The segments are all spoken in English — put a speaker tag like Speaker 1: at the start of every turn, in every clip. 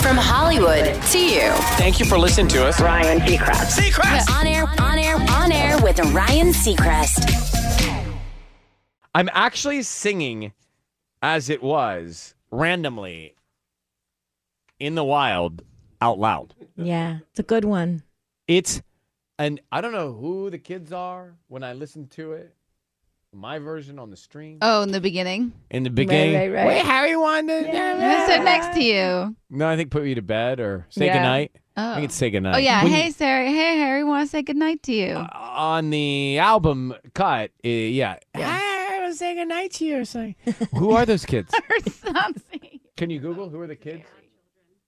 Speaker 1: From Hollywood to you.
Speaker 2: Thank you for listening to us.
Speaker 3: Ryan Seacrest.
Speaker 1: Seacrest! On air, on air, on air with Ryan Seacrest.
Speaker 2: I'm actually singing as it was randomly in the wild out loud.
Speaker 4: Yeah, it's a good one.
Speaker 2: It's and I don't know who the kids are when I listen to it. My version on the stream
Speaker 5: Oh, in the beginning?
Speaker 2: in the beginning.
Speaker 4: right, right.
Speaker 2: Wait, Harry wanted.
Speaker 5: Who said next to you?
Speaker 2: No, I think put you to bed or say
Speaker 4: Yeah.
Speaker 2: goodnight. I
Speaker 5: Oh.
Speaker 2: think it's say goodnight.
Speaker 5: Oh, yeah.
Speaker 2: When you-
Speaker 5: hey, Sarah. Hey, Harry. Want to say goodnight to you?
Speaker 4: Oh,
Speaker 2: on the album cut, uh, yeah. I was saying goodnight to you or something. Who are those kids?
Speaker 5: or something.
Speaker 2: Can you Google who are the kids?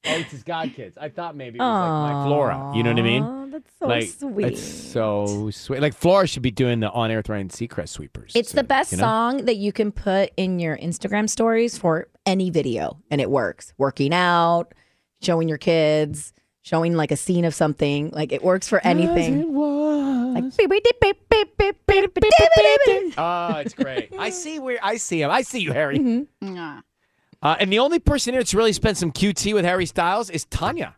Speaker 2: Oh, it's his god kids. I thought maybe it was like my Flora. You know what I mean?
Speaker 4: Aw, That's so
Speaker 2: like
Speaker 4: sweet.
Speaker 2: it's so sweet. Like Flora should be doing the on air Ryan Seacrest sweepers.
Speaker 4: It's the
Speaker 2: soon,
Speaker 4: best
Speaker 2: you know?
Speaker 4: song that you can put in your Instagram stories for any video, and it works. Working out, showing your kids, showing like a scene of something. Like it works for anything. Like beep, beep, beep, beep, beep, beep, beep, beep, beep, beep.
Speaker 2: Oh, it's great. I see where I see him. I see you, Harry.
Speaker 4: Mm-hmm.
Speaker 5: Mwah.
Speaker 2: Uh, and the only person here that's really spent some QT with Harry Styles is Tanya.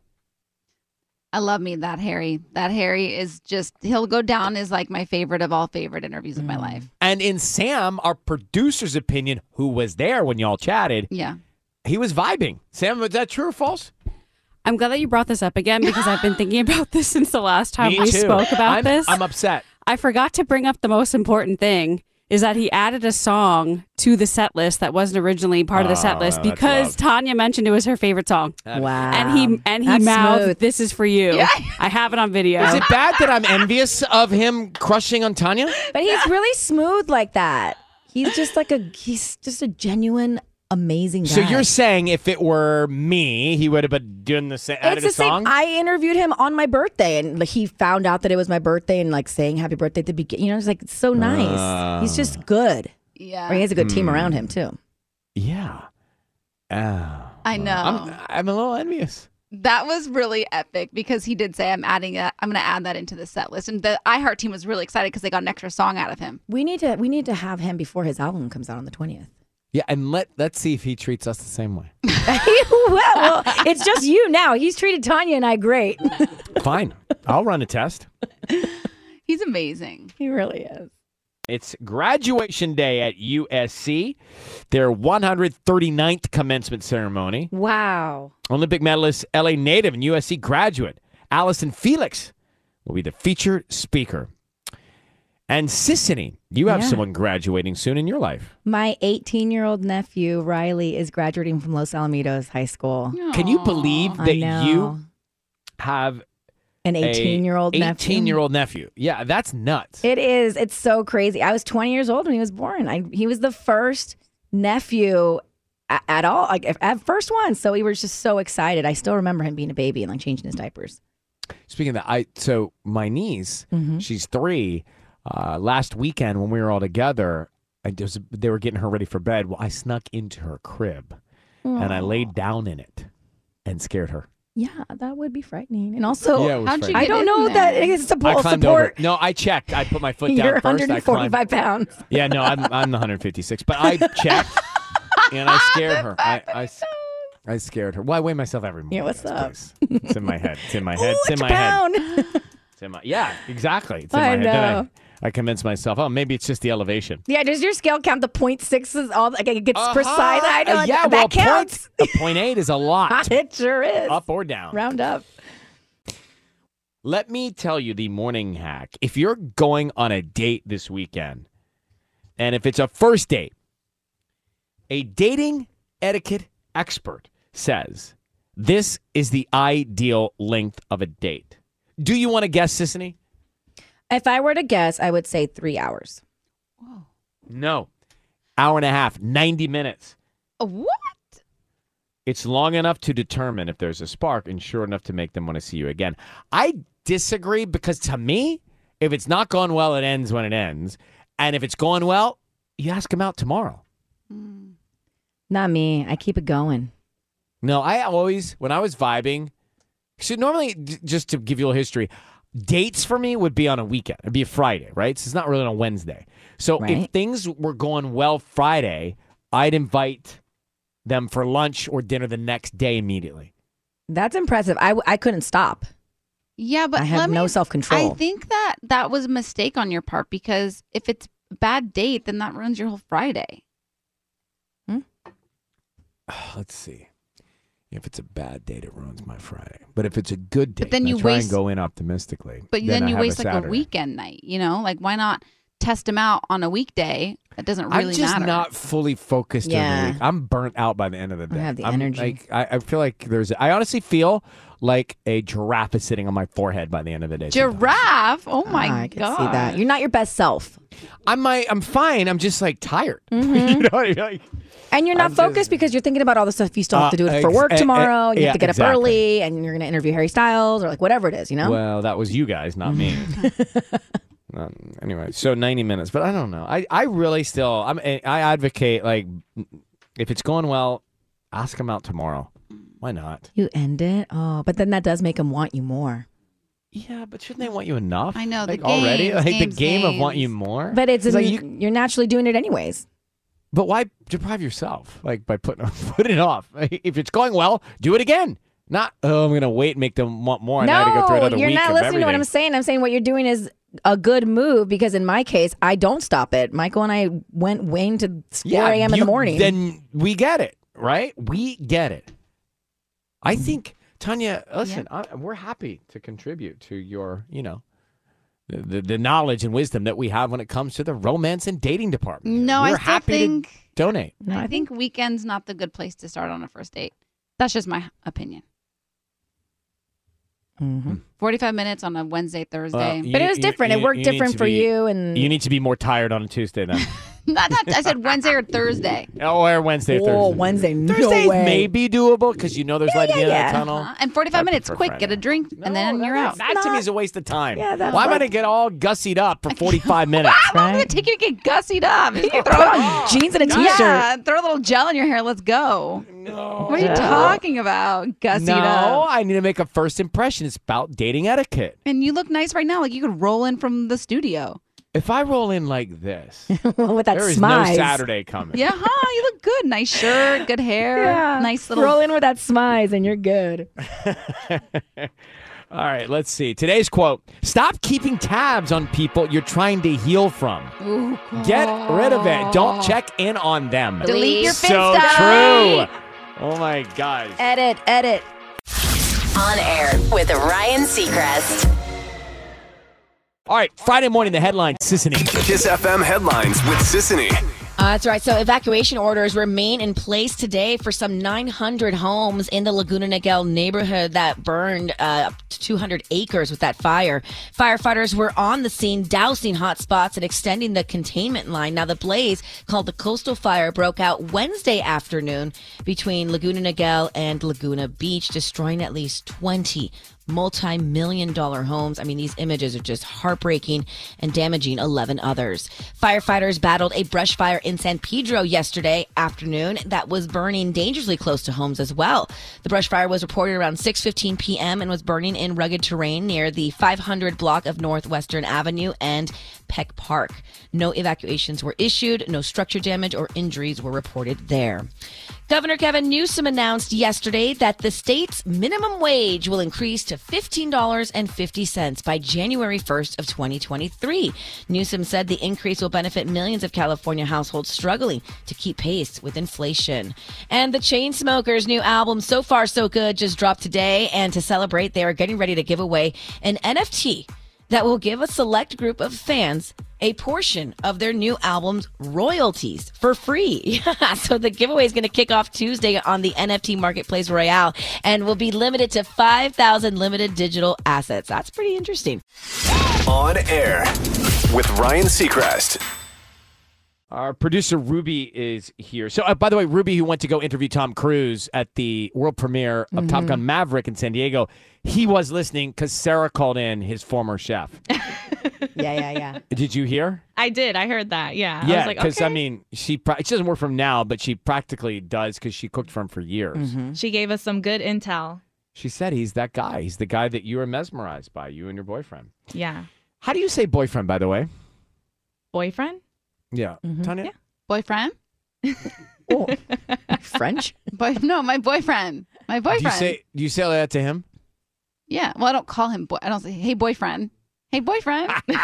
Speaker 5: I love me that Harry. That Harry is just, he'll go down as like my favorite of all favorite interviews
Speaker 4: Mm.
Speaker 5: of my life.
Speaker 2: And in Sam, our producer's opinion, who was there when y'all chatted,
Speaker 5: Yeah.
Speaker 2: he was vibing. Sam, was that true or false?
Speaker 6: I'm glad that you brought this up again because I've been thinking about this since the last time
Speaker 2: Me
Speaker 6: we
Speaker 2: too.
Speaker 6: spoke about
Speaker 2: I'm,
Speaker 6: this.
Speaker 2: I'm upset.
Speaker 6: I forgot to bring up the most important thing is that he added a song to the set list that wasn't originally part of the set
Speaker 2: Ah,
Speaker 6: list because Tanya mentioned it was her favorite song.
Speaker 4: Wow.
Speaker 6: And he and he
Speaker 4: That's
Speaker 6: mouthed,
Speaker 4: smooth.
Speaker 6: "This is for you." I have it on video.
Speaker 2: Is it bad that I'm envious of him crushing on Tanya?
Speaker 4: But he's really smooth like that. He's just like a he's just a genuine amazing guy.
Speaker 2: So you're saying if it were me, he would have been doing the same, added
Speaker 4: it's the
Speaker 2: a song?
Speaker 4: same. I interviewed him on my birthday, and like, he found out that it was my birthday, and like saying happy birthday at the beginning. You know, it's like it's so nice. He's
Speaker 2: Ah.
Speaker 4: just good.
Speaker 5: Yeah.
Speaker 4: Or he has a good team
Speaker 2: Hmm.
Speaker 4: around him too.
Speaker 2: yeah. Oh.
Speaker 5: I know.
Speaker 2: I'm, I'm a little envious.
Speaker 5: That was really epic because he did say, "I'm adding that. I'm going to add that into the set list." And the iHeart team was really excited because they got an extra song out of him.
Speaker 4: We need to we need to have him before his album comes out on the twentieth.
Speaker 2: Yeah, and let let's see if he treats us the same way.
Speaker 4: well, it's just you now. He's treated Tanya and I great.
Speaker 2: Fine. I'll run a test.
Speaker 5: He's amazing.
Speaker 4: he really is.
Speaker 2: It's graduation day at USC, their 139th commencement ceremony.
Speaker 4: Wow.
Speaker 2: Olympic medalist, LA native, and USC graduate Allison Felix will be the featured speaker. And Sissany, you have
Speaker 4: Yeah.
Speaker 2: someone graduating soon in your life.
Speaker 4: My 18 year old nephew Riley is graduating from Los Alamitos High School.
Speaker 2: Can you believe
Speaker 4: I
Speaker 2: that
Speaker 4: know.
Speaker 2: you have
Speaker 4: an
Speaker 2: a
Speaker 4: 18 year old nephew?
Speaker 2: 18 year old nephew? Yeah, that's nuts.
Speaker 4: It is. It's so crazy. I was 20 years old when he was born. I, he was the first nephew at, at all, like if- at first one. So we were just so excited. I still remember him being a baby and like changing his diapers.
Speaker 2: Speaking of that, I so my niece,
Speaker 4: Mm-hmm.
Speaker 2: she's three. Uh, last weekend when we were all together, I just, they were getting her ready for bed. Well, I snuck into her crib and I laid down in it and scared her.
Speaker 4: Yeah, that would be frightening. And also,
Speaker 2: Yeah, it was
Speaker 5: How'd you
Speaker 2: frightening.
Speaker 4: I
Speaker 5: get in
Speaker 4: don't know
Speaker 5: there?
Speaker 4: that it's a
Speaker 2: I
Speaker 4: support.
Speaker 2: climbed
Speaker 4: support.
Speaker 2: over. No, I checked. I put my foot down
Speaker 4: You're
Speaker 2: first. I climbed.
Speaker 4: 145 pounds.
Speaker 2: Yeah, no, I'm I'm the 156, but I checked and I scared her. I, I s- I scared her. Why weigh myself every morning?
Speaker 4: Yeah, what's
Speaker 2: guys,
Speaker 4: up?
Speaker 2: please? It's in my head. It's in my head.
Speaker 4: Ooh,
Speaker 2: it's in
Speaker 4: it's
Speaker 2: my
Speaker 4: a
Speaker 2: head.
Speaker 4: pound.
Speaker 2: It's in my yeah, exactly. It's in my
Speaker 4: I
Speaker 2: head. Then
Speaker 4: know.
Speaker 2: I, I convinced myself, oh, maybe it's just the elevation.
Speaker 4: Yeah, does your scale count the point sixes? All like it gets precise. I know
Speaker 2: Uh-huh. Uh, yeah,
Speaker 4: that
Speaker 2: well,
Speaker 4: counts.
Speaker 2: Point, a point eight is a lot,
Speaker 4: it sure is.
Speaker 2: up or down.
Speaker 4: Round up.
Speaker 2: Let me tell you the morning hack. If you're going on a date this weekend, and if it's a first date, a dating etiquette expert says this is the ideal length of a date. Do you want to guess, Sissany?
Speaker 4: If I were to guess, I would say three hours.
Speaker 2: No. Hour and a half, 90 minutes.
Speaker 5: A What?
Speaker 2: It's long enough to determine if there's a spark and short enough to make them want to see you again. I disagree because to me, if it's not gone well, it ends when it ends. And if it's gone well, you ask them out tomorrow.
Speaker 4: Not me. I keep it going.
Speaker 2: No, I always, when I was vibing, so normally, d- just to give you a little history, dates for me would be on a weekend. It'd be a Friday, right? So it's not really on a Wednesday. So if
Speaker 4: Right.
Speaker 2: things were going well Friday, I'd invite them for lunch or dinner the next day immediately.
Speaker 4: That's impressive. I, w- I couldn't stop.
Speaker 5: Yeah, but
Speaker 4: I have
Speaker 5: let me-
Speaker 4: no self-control.
Speaker 5: I think that that was a mistake on your part because if it's a bad date, then that ruins your whole Friday.
Speaker 2: Let's see. If it's a bad date, it ruins my Friday. But if it's a good date,
Speaker 5: But then
Speaker 2: I
Speaker 5: you
Speaker 2: try and
Speaker 5: waste-
Speaker 2: go in optimistically.
Speaker 5: But then,
Speaker 2: I
Speaker 5: you
Speaker 2: have
Speaker 5: waste like
Speaker 2: Saturday.
Speaker 5: a weekend night, you know? Like why not test them out on a weekday? That doesn't really
Speaker 2: I'm just
Speaker 5: matter.
Speaker 2: not fully focused during the
Speaker 4: Yeah.
Speaker 2: week. I'm burnt out by the end of the day.
Speaker 4: don't have the
Speaker 2: I'm,
Speaker 4: energy.
Speaker 2: Like I, I feel like there's. I honestly feel like a giraffe is sitting on my forehead by the end of the day. sometimes.
Speaker 5: Giraffe. Oh my
Speaker 4: Ah, I
Speaker 5: god.
Speaker 4: can see that. You're not your best self. Mm-hmm.
Speaker 2: I'm my. I'm fine. I'm just like tired. you
Speaker 5: Mm-hmm.
Speaker 2: know what I mean? Like,
Speaker 4: And you're not
Speaker 2: I'm just-
Speaker 4: focused because you're thinking about all the stuff you still have to do
Speaker 2: Uh,
Speaker 4: it for
Speaker 2: ex-
Speaker 4: work
Speaker 2: eh, eh,
Speaker 4: tomorrow. you
Speaker 2: yeah,
Speaker 4: have to get
Speaker 2: exactly.
Speaker 4: up early and you're going to interview Harry Styles or like whatever it is, you know?
Speaker 2: Well, that was you guys, not me. Not- anyway, so 90 minutes, but I don't know. I, I really still I'm eh, I advocate like if it's going well, ask them out tomorrow. Why not?
Speaker 4: You end it. Oh, but then that does make them want you more.
Speaker 2: Yeah, but shouldn't they want you enough?
Speaker 5: I know, the
Speaker 2: like already,
Speaker 5: games,
Speaker 2: like
Speaker 5: games,
Speaker 2: the game of want
Speaker 5: games.
Speaker 2: you more.
Speaker 4: But it's,
Speaker 2: like you,
Speaker 4: you, are naturally doing it anyways.
Speaker 2: but why deprive yourself like by putting put it off? If it's going well, do it again. Not oh, I'm gonna wait and make them want more. and now I gotta go through
Speaker 4: no,
Speaker 2: another
Speaker 4: you're
Speaker 2: week
Speaker 4: not
Speaker 2: of
Speaker 4: listening to what
Speaker 2: everything.
Speaker 4: I'm saying. I'm saying what you're doing is a good move because in my case, I don't stop it. Michael and I went wayne to 4 a.m. in
Speaker 2: you-
Speaker 4: the morning.
Speaker 2: Then we get it, right? We get it. I
Speaker 4: Mm-hmm.
Speaker 2: think Tanya, listen, I, we're happy to contribute to your, you know, the, the the knowledge and wisdom that we have when it comes to the romance and dating department.
Speaker 5: No, I
Speaker 2: we're
Speaker 5: still
Speaker 2: happy
Speaker 5: think
Speaker 2: to donate.
Speaker 4: no,
Speaker 5: I think weekend's not the good place to start on a first date. That's just my opinion.
Speaker 2: Hmm.
Speaker 4: Mhm.
Speaker 5: 45 minutes on a Wednesday, Thursday.
Speaker 4: But it was different. it worked different for you. And
Speaker 2: You need to be more tired on a Tuesday then,
Speaker 5: not, not, I said Wednesday or Thursday.
Speaker 2: or Wednesday,
Speaker 4: oh,
Speaker 2: Thursday.
Speaker 4: Wednesday, no
Speaker 2: Thursdays
Speaker 4: way.
Speaker 2: may be doable because you know there's light at the end
Speaker 4: yeah,
Speaker 2: of the
Speaker 4: yeah.
Speaker 2: tunnel.
Speaker 5: Uh-huh. And 45
Speaker 2: I
Speaker 5: minutes,
Speaker 2: prefer
Speaker 5: quick,
Speaker 2: Friday.
Speaker 5: get a drink, and then
Speaker 2: No,
Speaker 5: you're
Speaker 2: that-
Speaker 5: out.
Speaker 2: That to me is a waste of time.
Speaker 4: Yeah, that's
Speaker 2: Why am I
Speaker 4: like-
Speaker 2: gonna get all gussied up for 45 minutes?
Speaker 5: I'm gonna take you to get gussied up. Just throw
Speaker 4: Put on jeans and a t-shirt.
Speaker 5: Yeah, throw a little gel in your hair. Let's go. No. What are you talking about? Gussied
Speaker 2: No,
Speaker 5: up.
Speaker 2: I need to make a first impression. It's about dating etiquette.
Speaker 5: And you look nice right now. Like you could roll in from the studio.
Speaker 2: If I roll in like this,
Speaker 4: Oh, with that
Speaker 2: there is
Speaker 4: smile.
Speaker 2: no Saturday coming.
Speaker 5: Yeah, huh? You look good. Nice shirt, good hair.
Speaker 4: Yeah.
Speaker 5: Nice little.
Speaker 4: roll in with that smize and you're good.
Speaker 2: All right, let's see. Today's quote Stop keeping tabs on people you're trying to heal from.
Speaker 5: Ooh,
Speaker 2: Get rid of it. Don't check in on them.
Speaker 5: Delete your
Speaker 2: so
Speaker 5: Finsta.
Speaker 2: true. Oh my gosh.
Speaker 4: Edit, edit.
Speaker 1: On air with Ryan Seacrest.
Speaker 2: All right, Friday morning, the headline Sissany.
Speaker 3: Kiss FM headlines with Sissany.
Speaker 7: Uh, that's right. So evacuation orders remain in place today for some 900 homes in the Laguna Niguel neighborhood that burned uh, up to 200 acres with that fire. Firefighters were on the scene, dousing hot spots and extending the containment line. Now, the blaze called the Coastal Fire broke out Wednesday afternoon between Laguna Niguel and Laguna Beach, destroying at least 20
Speaker 4: multi million dollar homes. I mean, these images are just heartbreaking and damaging 11 others. Firefighters battled a brush fire in San Pedro yesterday afternoon that was burning dangerously close to homes as well. The brush fire was reported around 6:15 p.m. and was burning in rugged terrain near the 500 block of Northwestern Avenue and Peck Park. No evacuations were issued, no structure damage or injuries were reported there. Governor Kevin Newsom announced yesterday that the state's minimum wage will increase to $15.50 by January 1st of 2023. Newsom said the increase will benefit millions of California households struggling to keep pace with inflation. And the Chainsmokers' new album So Far So Good just dropped today and to celebrate they are getting ready to give away an NFT that will give a select group of fans a portion of their new album's royalties for free. so the giveaway is going to kick off Tuesday on the NFT Marketplace Royale and will be limited to 5,000 limited digital assets. That's pretty interesting.
Speaker 8: On air with Ryan Seacrest.
Speaker 2: Our producer Ruby is here. So, uh, by the way, Ruby, who went to go interview Tom Cruise at the world premiere of Top
Speaker 9: Mhm.
Speaker 2: Gun Maverick in San Diego, he was listening because Sarah called in his former chef.
Speaker 10: Yeah, yeah, yeah.
Speaker 2: Did you hear?
Speaker 9: I did. I heard that. Yeah. I
Speaker 2: yeah,
Speaker 9: was like,
Speaker 2: because
Speaker 9: okay.
Speaker 2: I mean, she pra- she doesn't work for him now, but she practically does because she cooked for him for years.
Speaker 10: Mm-hmm.
Speaker 9: she gave us some good intel.
Speaker 2: She said he's that guy. He's the guy that you are mesmerized by, you and your boyfriend.
Speaker 9: Yeah.
Speaker 2: How do you say boyfriend, by the way?
Speaker 9: Boyfriend?
Speaker 2: Yeah,
Speaker 10: Mm-hmm.
Speaker 2: Tanya.
Speaker 5: Boyfriend?
Speaker 10: French?
Speaker 5: Boy, no, my boyfriend. My boyfriend.
Speaker 2: Do you say do you say that to him?
Speaker 5: yeah. Well, I don't call him boy. I don't say, hey, boyfriend. Hey, boyfriend.
Speaker 2: hey, boyfriend.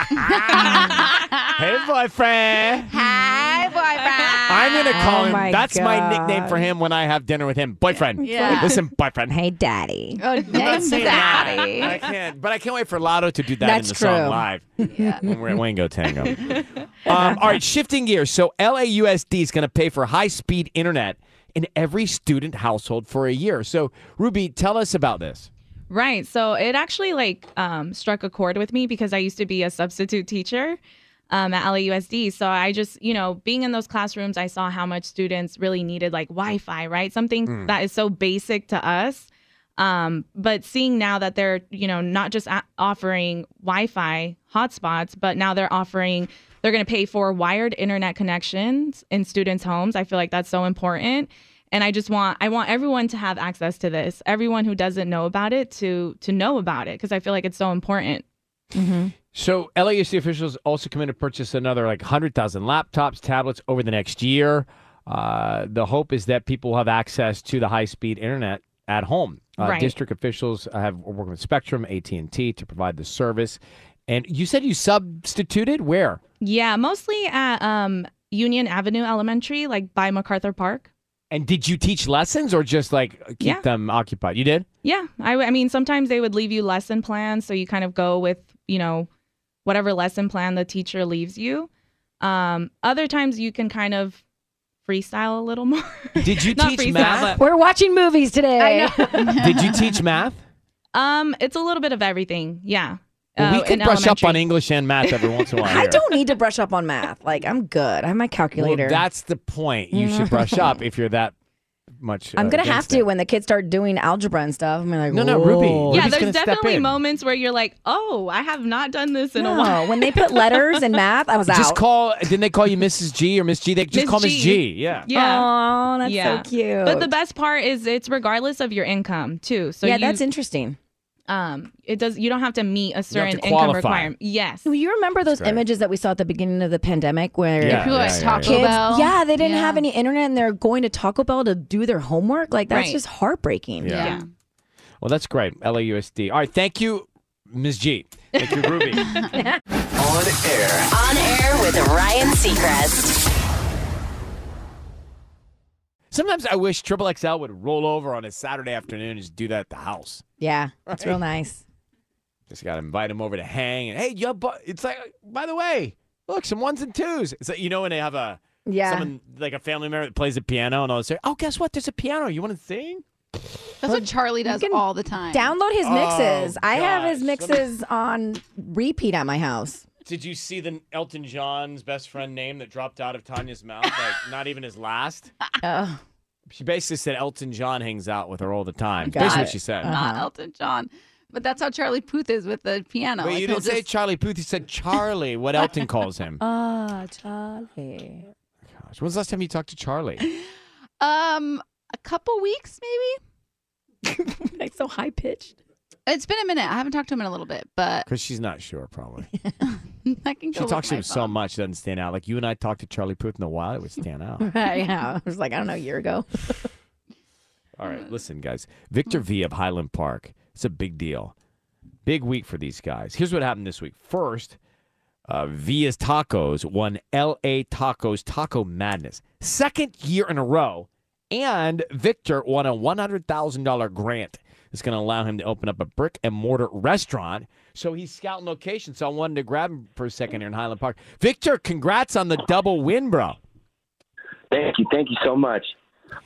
Speaker 5: Hi, boyfriend.
Speaker 2: I'm gonna call
Speaker 5: Oh
Speaker 2: him.
Speaker 5: my
Speaker 2: That's my nickname
Speaker 5: God.
Speaker 2: for him when I have dinner with him. Boyfriend.
Speaker 5: Yeah. Yeah.
Speaker 2: Listen, boyfriend.
Speaker 10: Hey, daddy.
Speaker 5: Oh,
Speaker 2: Let's
Speaker 5: dang,
Speaker 2: say that.
Speaker 5: daddy.
Speaker 2: I can't, but I can't wait for Lotto to do that
Speaker 5: That's
Speaker 2: in the song
Speaker 5: true.
Speaker 2: live when we're at Wango Tango. um, all right, shifting gears. So LAUSD is going to pay for high-speed internet in every student household for a year. So Ruby, tell us about this.
Speaker 9: Right. So it actually like um, struck a chord with me because I used to be a substitute teacher um, at LAUSD. So I just, you know, being in those classrooms, I saw how much students really needed like Wi Fi, right? Something
Speaker 2: Hmm.
Speaker 6: Mm.
Speaker 9: that is so basic to us. Um, but seeing now that they're, you know, not just a- offering Wi Fi hotspots, but now they're offering, they're going to pay for wired internet connections in students' homes. I feel like that's so important and i just want i want everyone to have access to this everyone who doesn't know about it to to know about it because i feel like it's so important
Speaker 11: Mm-hmm.
Speaker 2: So LAUSD officials also commit to purchase another like 100,000 laptops, tablets over the next year. Uh, the hope is that people will have access to the high-speed internet at home. Uh,
Speaker 9: Right.
Speaker 2: District officials have are working with Spectrum, AT and T to provide the service. And you said you substituted where?
Speaker 9: yeah mostly at um union avenue elementary like by macarthur park
Speaker 2: And did you teach lessons or just like keep
Speaker 9: Yeah.
Speaker 2: them occupied? You did.
Speaker 9: yeah I, w- I mean sometimes they would leave you lesson plans so you kind of go with you know whatever lesson plan the teacher leaves you um other times you can kind of freestyle a little more
Speaker 2: Did you
Speaker 9: Not
Speaker 2: teach
Speaker 9: freestyle,
Speaker 2: math?
Speaker 9: but-
Speaker 10: We're watching movies today.
Speaker 2: did you teach math?
Speaker 9: um it's a little bit of everything yeah
Speaker 2: Well, we
Speaker 9: Uh,
Speaker 2: could
Speaker 9: in
Speaker 2: brush up
Speaker 9: elementary.
Speaker 2: on English and math every once in a while.
Speaker 10: I
Speaker 2: here.
Speaker 10: don't need to brush up on math. Like, I'm good. I have my calculator.
Speaker 2: Well, that's the point. You should brush up if you're that much.
Speaker 10: I'm
Speaker 2: uh,
Speaker 10: gonna have
Speaker 2: against
Speaker 10: to
Speaker 2: it.
Speaker 10: when the kids start doing algebra and stuff. I'm like,
Speaker 2: No, no,
Speaker 10: Whoa.
Speaker 2: Ruby.
Speaker 9: yeah, there's definitely moments where you're like, oh, I have not done this in a while.
Speaker 10: No, when they put letters in math, I was
Speaker 2: Just
Speaker 10: out.
Speaker 2: call. Didn't they call you Mrs. G or Miss G? They just
Speaker 9: Miss
Speaker 2: call Miss G.
Speaker 9: G.
Speaker 2: Yeah.
Speaker 9: Yeah.
Speaker 10: Aw, that's so cute.
Speaker 9: But the best part is it's regardless of your income too. So
Speaker 10: yeah,
Speaker 9: you-
Speaker 10: that's interesting.
Speaker 9: Um, it does. You don't have to meet a
Speaker 10: have
Speaker 9: certain
Speaker 10: to
Speaker 9: income
Speaker 10: qualify.
Speaker 9: requirement. Yes.
Speaker 10: Well, you remember those
Speaker 9: great.
Speaker 10: images that we saw at the beginning of the pandemic where
Speaker 9: Yeah, People at yeah, yeah, Taco
Speaker 10: kids,
Speaker 9: Bell.
Speaker 10: yeah, they didn't
Speaker 9: Yeah.
Speaker 10: have any internet and they're going to Taco Bell to do their homework. Like Oh, that's
Speaker 2: Right.
Speaker 10: just heartbreaking.
Speaker 2: Yeah. Yeah. Well, that's great. LAUSD. All right. Thank you, Miss G. Thank you, Ruby.
Speaker 12: On air. On air with Ryan Seacrest.
Speaker 2: Sometimes I wish Triple XL would roll over on a Saturday afternoon and just do that at the house.
Speaker 10: Yeah, it's real nice.
Speaker 2: Just got to invite him over to hang. And hey, you have bu- it's like, by the way, look, some ones and twos. It's like, you know, when they have a,
Speaker 10: Yeah.
Speaker 2: someone like a family member that plays the piano and all say, oh, guess what? There's a piano. You want to sing?
Speaker 5: That's what Charlie does all the time.
Speaker 10: Download his mixes.
Speaker 2: Oh,
Speaker 10: I have his
Speaker 2: gosh.
Speaker 10: mixes on repeat at my house.
Speaker 2: Did you see the Elton John's best friend name that dropped out of Tanya's mouth? Like, not even his last.
Speaker 10: Oh.
Speaker 2: She basically said Elton John hangs out with her all the time.
Speaker 5: Got
Speaker 4: Uh-huh.
Speaker 5: it. Uh-huh.
Speaker 2: Basically, what she said.
Speaker 5: Not Elton John. But that's how Charlie Puth is with the piano.
Speaker 2: Wait,
Speaker 5: Like,
Speaker 2: you
Speaker 5: he'll
Speaker 2: didn't say
Speaker 5: just-
Speaker 2: Charlie Puth. You said Charlie, what Elton calls him.
Speaker 4: Ah, Charlie.
Speaker 2: Gosh, when's the last time you talked to Charlie?
Speaker 5: Um, a couple weeks
Speaker 4: maybe. like so high pitched.
Speaker 5: It's been a minute. I haven't talked to him in a little bit, but
Speaker 2: Because she's not sure, probably.
Speaker 5: I can go.
Speaker 2: She
Speaker 5: with
Speaker 2: talks to
Speaker 5: Oh my
Speaker 2: him so much, it doesn't stand out. Like you and I talked to Charlie Puth in a while, it would stand out.
Speaker 4: yeah, I was like, I don't know, a year ago.
Speaker 2: All right, listen, guys. Victor V of Highland Park. It's a big deal. Big week for these guys. Here's what happened this week. First, uh, Via's Tacos won LA Tacos Taco Madness. Second year in a row. And Victor won a $100,000 grant that's going to allow him to open up a brick and mortar restaurant. So he's scouting locations. So I wanted to grab him for a second here in Highland Park. Victor, congrats on the double win, bro.
Speaker 13: Thank you. Thank you so much.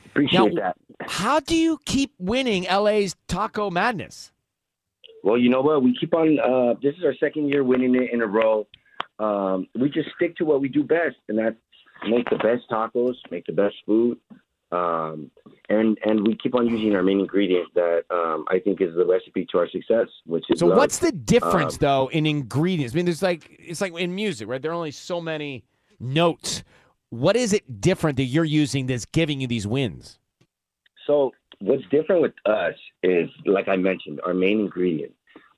Speaker 13: Appreciate
Speaker 2: Now-
Speaker 13: that.
Speaker 2: How do you keep winning LA's Taco Madness?
Speaker 13: Well, you know what? We keep on. Uh, this is our second year winning it in a row. Um, we just stick to what we do best, and that's make the best tacos, make the best food, um, and and we keep on using our main ingredient that um, I think is the recipe to our success, which is.
Speaker 2: So
Speaker 13: love.
Speaker 2: what's the difference
Speaker 13: Um,
Speaker 2: though in ingredients? I mean, there's like it's like in music, right? There are only so many notes. What is it different that you're using that's giving you these wins?
Speaker 13: So what's different with us is, like I mentioned, our main ingredient.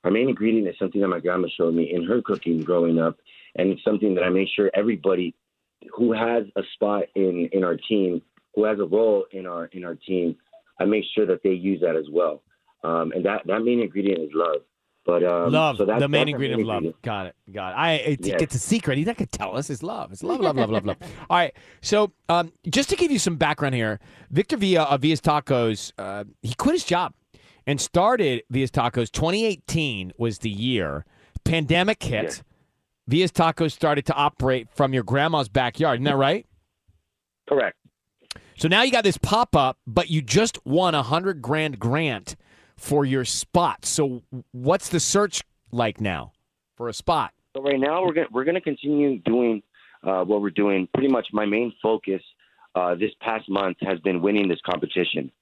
Speaker 13: Our main ingredient is something that my grandma showed me in her cooking growing up, and it's something that I make sure everybody who has a spot in in our team, who has a role in our in our team, I make sure that they use that as well. Um, and that that main ingredient is love. But um,
Speaker 2: love,
Speaker 13: so that's,
Speaker 2: the main
Speaker 13: that's our
Speaker 2: ingredient of love. Got it, got it. I it's,
Speaker 13: Yes.
Speaker 2: it's a secret. He's not gonna tell us. It's love. It's love, love, love, love, love. All right. So um, just to give you some background here, Victor Villa of Villa's Tacos, uh, he quit his job and started Villa's Tacos. 2018 was the year. Pandemic hit. Villa's Tacos started to operate from your grandma's backyard. Isn't that right?
Speaker 13: Correct.
Speaker 2: So now you got this pop up, but you just won a hundred grand grant for your spot. So what's the search like now for a spot?
Speaker 13: So right now we're gonna, we're going to continue doing uh, what we're doing. Pretty much my main focus uh, this past month has been winning this competition,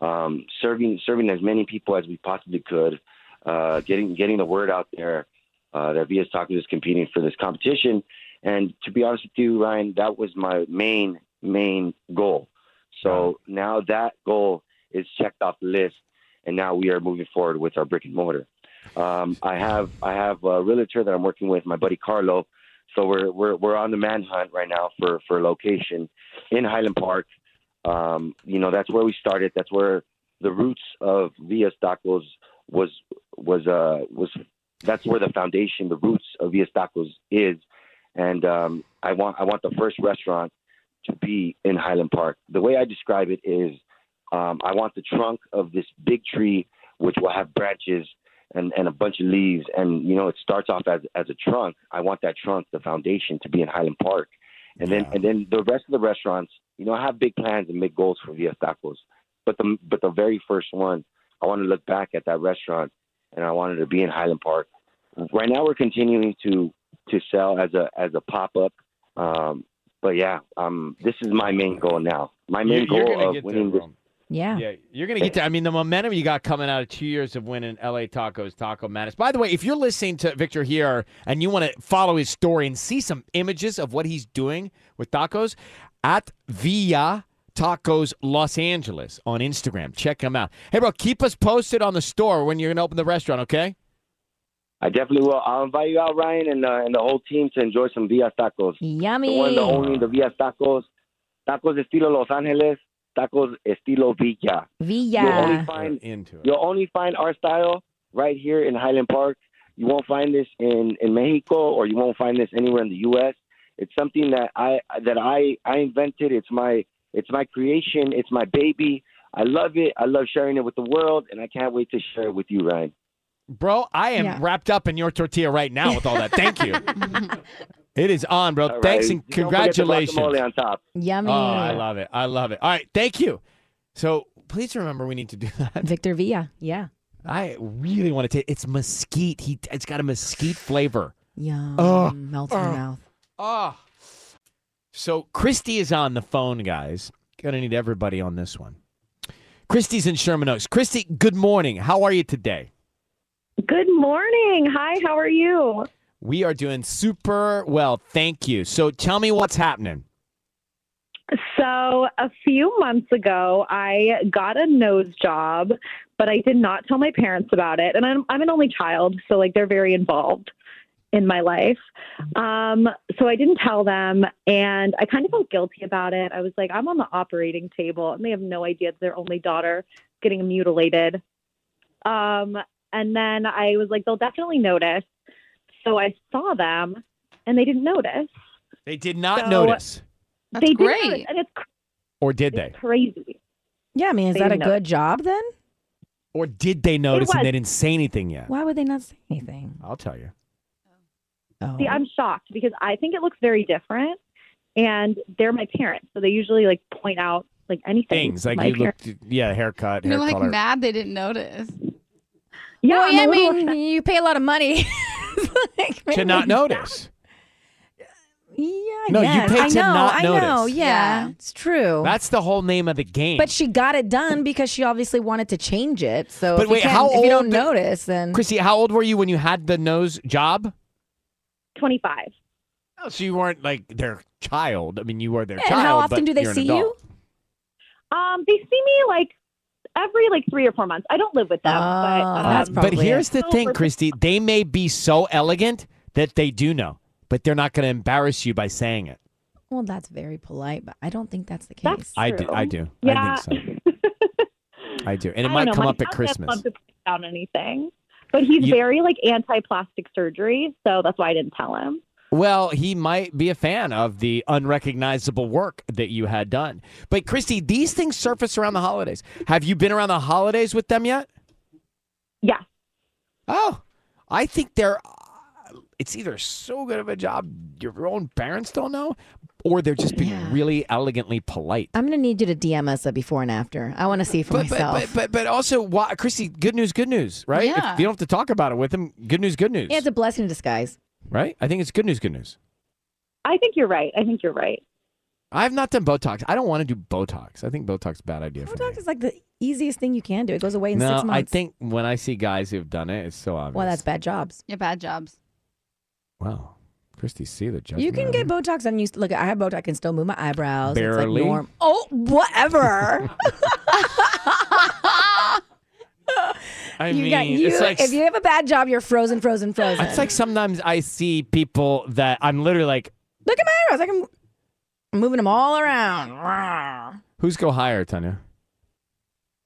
Speaker 13: um, serving serving as many people as we possibly could, uh, getting getting the word out there uh, that VS Tacos is competing for this competition. And to be honest with you, Ryan, that was my main main goal. So now that goal is checked off the list, and now we are moving forward with our brick and mortar. Um, I have I have a realtor that I'm working with, my buddy Carlo. So we're we're we're on the manhunt right now for for a location in Highland Park. Um, you know that's where we started. That's where the roots of Vias Tacos was was uh was. That's where the foundation, the roots of Vias Tacos is, and um, I want I want the first restaurant to be in Highland Park. The way I describe it is, um, I want the trunk of this big tree, which will have branches and, and a bunch of leaves. And, you know, it starts off as, as a trunk. I want that trunk, the foundation, to be in Highland Park. And then, and then the rest of the restaurants, you know, I have big plans and big goals for Vias Tacos. But the, but the very first one, I want to look back at that restaurant and I wanted to be in Highland Park. Right now, we're continuing to, to sell as a, as a pop up. Um, but yeah, um, this is my main goal now. My main
Speaker 2: You- you're gonna
Speaker 13: goal
Speaker 2: get
Speaker 13: of
Speaker 2: there,
Speaker 13: winning this
Speaker 2: Rome.
Speaker 4: Yeah.
Speaker 2: Yeah. You're going to get to, I mean, the momentum you got coming out of two years of winning LA Tacos, Taco Madness. By the way, if you're listening to Victor here and you want to follow his story and see some images of what he's doing with tacos, at Via Tacos Los Angeles on Instagram. Check him out. Hey, bro, keep us posted on the store when you're going to open the restaurant, okay?
Speaker 13: I definitely will. I'll invite you out, Ryan, and, uh, and the whole team to enjoy some Villas Tacos.
Speaker 4: Yummy.
Speaker 13: The one, the only, the Villas Tacos. Tacos estilo Los Angeles. Tacos estilo Villa. You'll only
Speaker 4: Villa.
Speaker 13: find
Speaker 2: into it.
Speaker 13: You'll only find our style right here in Highland Park. You won't find this in in Mexico, or you won't find this anywhere in the U.S. It's something that I that I I invented. It's my it's my creation. It's my baby. I love it. I love sharing it with the world, and I can't wait to share it with you, Ryan.
Speaker 2: Bro, I am
Speaker 13: Yeah.
Speaker 2: wrapped up in your tortilla right now with all that. Thank you. it is on, bro.
Speaker 13: All
Speaker 2: Thanks
Speaker 13: right.
Speaker 2: and
Speaker 13: Don't forget the
Speaker 2: congratulations.
Speaker 13: guacamole on top.
Speaker 4: Yummy.
Speaker 2: Oh, I love it. I love it. All right. Thank you. So please remember we need to do that.
Speaker 4: Victor Villa. Yeah.
Speaker 2: I really want to take it's mesquite. He it's got a mesquite flavor.
Speaker 4: Yum.
Speaker 2: Oh.
Speaker 4: Melts in your
Speaker 2: Oh.
Speaker 4: mouth.
Speaker 2: Ah. So Christy is on the phone, guys. Gonna need everybody on this one. Christy's in Sherman Oaks. Christy, good morning. How are you today?
Speaker 14: Good morning. Hi, how are you?
Speaker 2: We are doing super well. Thank you. So tell me what's happening.
Speaker 14: So, a few months ago, I got a nose job, but I did not tell my parents about it. And I'm, I'm an only child, so like they're very involved in my life. Um, so, I didn't tell them, and I kind of felt guilty about it. I was like, I'm on the operating table, and they have no idea it's their only daughter getting mutilated. Um, and then I was like, they'll definitely notice. So, I saw them, and they didn't notice.
Speaker 2: They did not
Speaker 14: So-
Speaker 2: notice,
Speaker 14: they did notice, and it's
Speaker 2: or did they?
Speaker 14: crazy.
Speaker 4: Yeah, I mean, is
Speaker 14: They
Speaker 4: that a
Speaker 14: know.
Speaker 4: good job then?
Speaker 2: Or did they notice
Speaker 14: was-
Speaker 2: and they didn't say anything yet?
Speaker 4: Why would they not say anything? Oh.
Speaker 2: I'll tell you. Oh.
Speaker 14: See, I'm shocked because I think it looks very different, and they're my parents, so they usually like point out like anything.
Speaker 2: Things like
Speaker 14: my
Speaker 2: you
Speaker 14: parents-
Speaker 2: looked, yeah, haircut,
Speaker 5: You're
Speaker 2: hair
Speaker 5: like
Speaker 2: color.
Speaker 5: mad they didn't notice. Oh,
Speaker 14: Yeah,
Speaker 4: well, yeah I mean, you pay a lot of money.
Speaker 2: to not notice.
Speaker 4: Yeah, I
Speaker 2: No, Oh, you
Speaker 4: guess.
Speaker 2: pay
Speaker 4: I
Speaker 2: to
Speaker 4: know,
Speaker 2: not
Speaker 4: I know.
Speaker 2: notice.
Speaker 4: Yeah,
Speaker 2: Yeah.
Speaker 4: it's true.
Speaker 2: That's the whole name of the game.
Speaker 4: but she got it done because she obviously wanted to change it. So,
Speaker 2: But
Speaker 4: if
Speaker 2: wait,
Speaker 4: you can,
Speaker 2: how
Speaker 4: if you don't
Speaker 2: old the-
Speaker 4: notice, then
Speaker 2: Chrissy, how old were you when you had the nose job?
Speaker 14: 25.
Speaker 2: Oh, so you weren't like their child. I mean, you were their
Speaker 14: And
Speaker 2: child.
Speaker 14: how often
Speaker 2: but
Speaker 14: do they
Speaker 2: you're an
Speaker 14: see you?
Speaker 2: adult.
Speaker 14: Um, they see me like every like three or four months. I don't live with them, but
Speaker 4: Ah,
Speaker 14: um,
Speaker 2: Uh, but here's the
Speaker 14: Oh,
Speaker 2: thing, Christy. They may be so elegant that they do know, but they're not going to embarrass you by saying it.
Speaker 4: well, that's very polite, but I don't think that's the case.
Speaker 2: I do. I do. I think so. I do. And it
Speaker 14: I don't
Speaker 2: might
Speaker 14: know,
Speaker 2: come
Speaker 14: my
Speaker 2: up at
Speaker 14: dad doesn't
Speaker 2: Christmas.
Speaker 14: love to put down anything, but he's very like anti-plastic surgery, so that's why I didn't tell him.
Speaker 2: Well, he might be a fan of the unrecognizable work that you had done. But Christy, these things surface around the holidays. Have you been around the holidays with them yet?
Speaker 14: Yeah.
Speaker 2: Oh, I think they're. uh, It's either so good of a job your own parents don't know, or they're just being really elegantly polite.
Speaker 4: I'm gonna need you to DM us a before and after. I want to see for
Speaker 2: But, but,
Speaker 4: myself.
Speaker 2: but but but also, why, Christy? Good news, good news, right? If
Speaker 4: Yeah.
Speaker 2: you don't have to talk about it with them. Good news, good news,
Speaker 4: yeah, it's a blessing in disguise.
Speaker 2: right? I think it's good news, good news.
Speaker 14: I think you're right. I think you're right.
Speaker 2: I've not done Botox. I don't want to do Botox. I think Botox is a bad idea for me.
Speaker 4: Botox is like the easiest thing you can do. It goes away in
Speaker 2: no,
Speaker 4: six months.
Speaker 2: I think when I see guys who've done it, it's so obvious.
Speaker 4: well, that's bad jobs.
Speaker 5: Yeah, bad jobs.
Speaker 2: wow, Christy, see the judgment.
Speaker 4: You can get Botox and you look. I have Botox. I can still move my eyebrows. It's
Speaker 2: Barely.
Speaker 4: like norm. Oh, whatever.
Speaker 2: I
Speaker 4: you
Speaker 2: mean,
Speaker 4: got you.
Speaker 2: it's like
Speaker 4: if you have a bad job, you're frozen, frozen, frozen.
Speaker 2: it's like sometimes I see people that I'm literally like,
Speaker 4: look at my eyebrows. I can. I'm moving them all around.
Speaker 2: who's go higher, Tanya?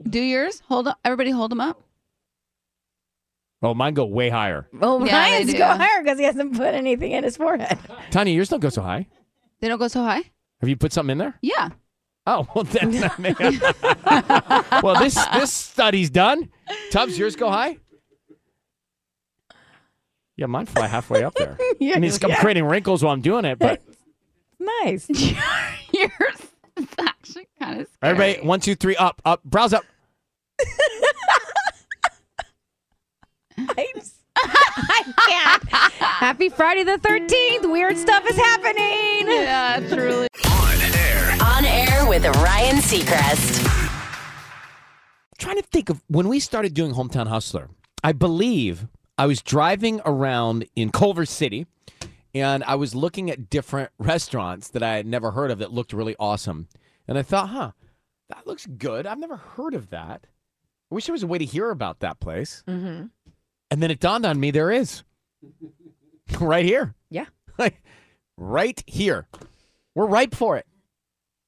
Speaker 5: Do yours? Hold up. Everybody hold them up.
Speaker 2: Oh, mine go way higher.
Speaker 4: Well,
Speaker 5: Yeah, they
Speaker 4: Oh, Ryan's
Speaker 5: do.
Speaker 4: go higher because he hasn't put anything in his forehead.
Speaker 2: Tanya, yours don't go so high.
Speaker 5: They don't go so high?
Speaker 2: Have you put something in there?
Speaker 5: Yeah.
Speaker 2: Oh well, then, well this this study's done. Tubbs, yours go high. Yeah, mine fly halfway up there.
Speaker 4: Yeah,
Speaker 2: I mean, it's, I'm
Speaker 4: yeah.
Speaker 2: creating wrinkles while I'm doing it, but
Speaker 4: Nice.
Speaker 5: yours is actually kind of
Speaker 2: everybody, one, two, three, up, up, brows up.
Speaker 4: I can't. Happy Friday the 13th. Weird stuff is happening.
Speaker 5: Yeah, truly.
Speaker 1: On air with Ryan Seacrest.
Speaker 2: trying to think of when we started doing Hometown Hustler. I believe I was driving around in Culver City and I was looking at different restaurants that I had never heard of that looked really awesome. And I thought, huh, that looks good. I've never heard of that. I wish there was a way to hear about that place.
Speaker 4: Mm-hmm.
Speaker 2: And then it dawned on me there is. right here.
Speaker 4: Yeah.
Speaker 2: Like right here. We're ripe for it.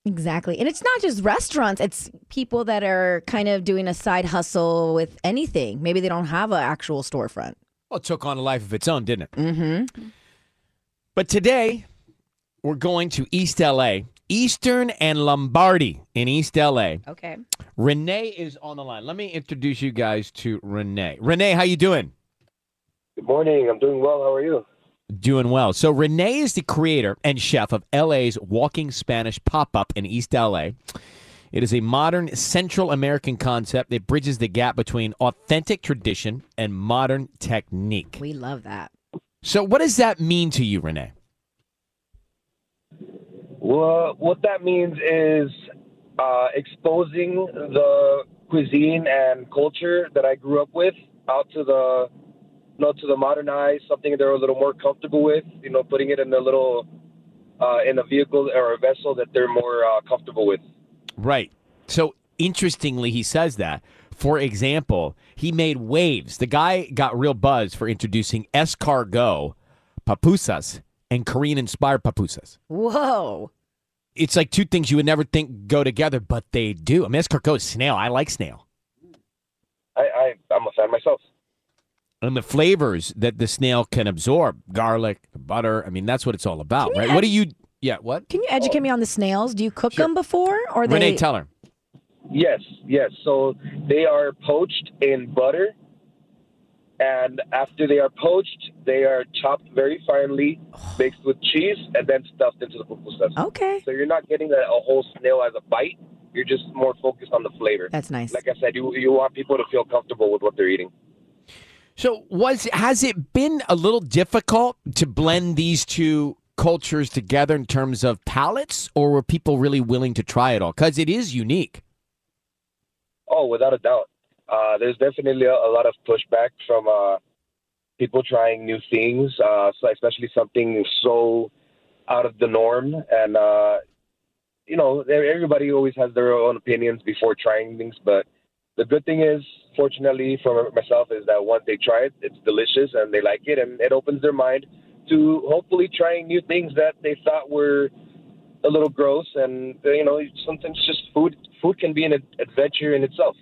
Speaker 4: Exactly. And it's not just restaurants, it's people that are kind of doing a side hustle with anything. Maybe they don't have an actual storefront.
Speaker 2: Well, it took on a life of its own, didn't it?
Speaker 4: Mm-hmm.
Speaker 2: But today, we're going to East LA, Eastern and Lombardi in East LA.
Speaker 4: Okay.
Speaker 2: Renee is on the line. Let me introduce you guys to Renee. Renee, how you doing?
Speaker 11: Good morning. I'm doing well. How are you?
Speaker 2: Doing well. So Renee is the creator and chef of LA's Walking Spanish pop-up in East LA. It is a modern Central American concept that bridges the gap between authentic tradition and modern technique.
Speaker 4: We love that.
Speaker 2: So what does that mean to you, Renee?
Speaker 11: Well, what that means is uh, exposing the cuisine and culture that I grew up with out to the you know, to the modern eye, something they're a little more comfortable with. You know, putting it in a little uh, in a vehicle or a vessel that they're more uh, comfortable with.
Speaker 2: Right. So interestingly, he says that. For example, he made waves. The guy got real buzz for introducing escargot papusas and Korean inspired papusas.
Speaker 4: Whoa.
Speaker 2: It's like two things you would never think go together, but they do. I mean, escargot is snail. I like snail.
Speaker 11: I, I I'm a fan myself.
Speaker 2: And the flavors that the snail can absorb garlic, butter. I mean, that's what it's all about, right? what do you, yeah, what?
Speaker 4: Can you educate
Speaker 5: Oh.
Speaker 4: me on the snails? Do you cook them before or they?
Speaker 2: Renee Teller.
Speaker 11: Yes, yes. So they are poached in butter, and after they are poached, they are chopped very finely, mixed with cheese, and then stuffed into the pupusas.
Speaker 4: Okay.
Speaker 11: So you're not getting that a whole snail as a bite. You're just more focused on the flavor.
Speaker 4: That's nice.
Speaker 11: Like I said, you you want people to feel comfortable with what they're eating.
Speaker 2: So was has it been a little difficult to blend these two cultures together in terms of palates, or were people really willing to try it all? Because it is unique.
Speaker 11: Oh, without a doubt. Uh, there's definitely a, a lot of pushback from uh, people trying new things, uh, so especially something so out of the norm. And, uh, you know, there- everybody always has their own opinions before trying things. But the good thing is, fortunately for myself, is that once they try it, it's delicious and they like it, and it opens their mind to hopefully trying new things that they thought were a little gross and you know sometimes just food food can be an ad- adventure in itself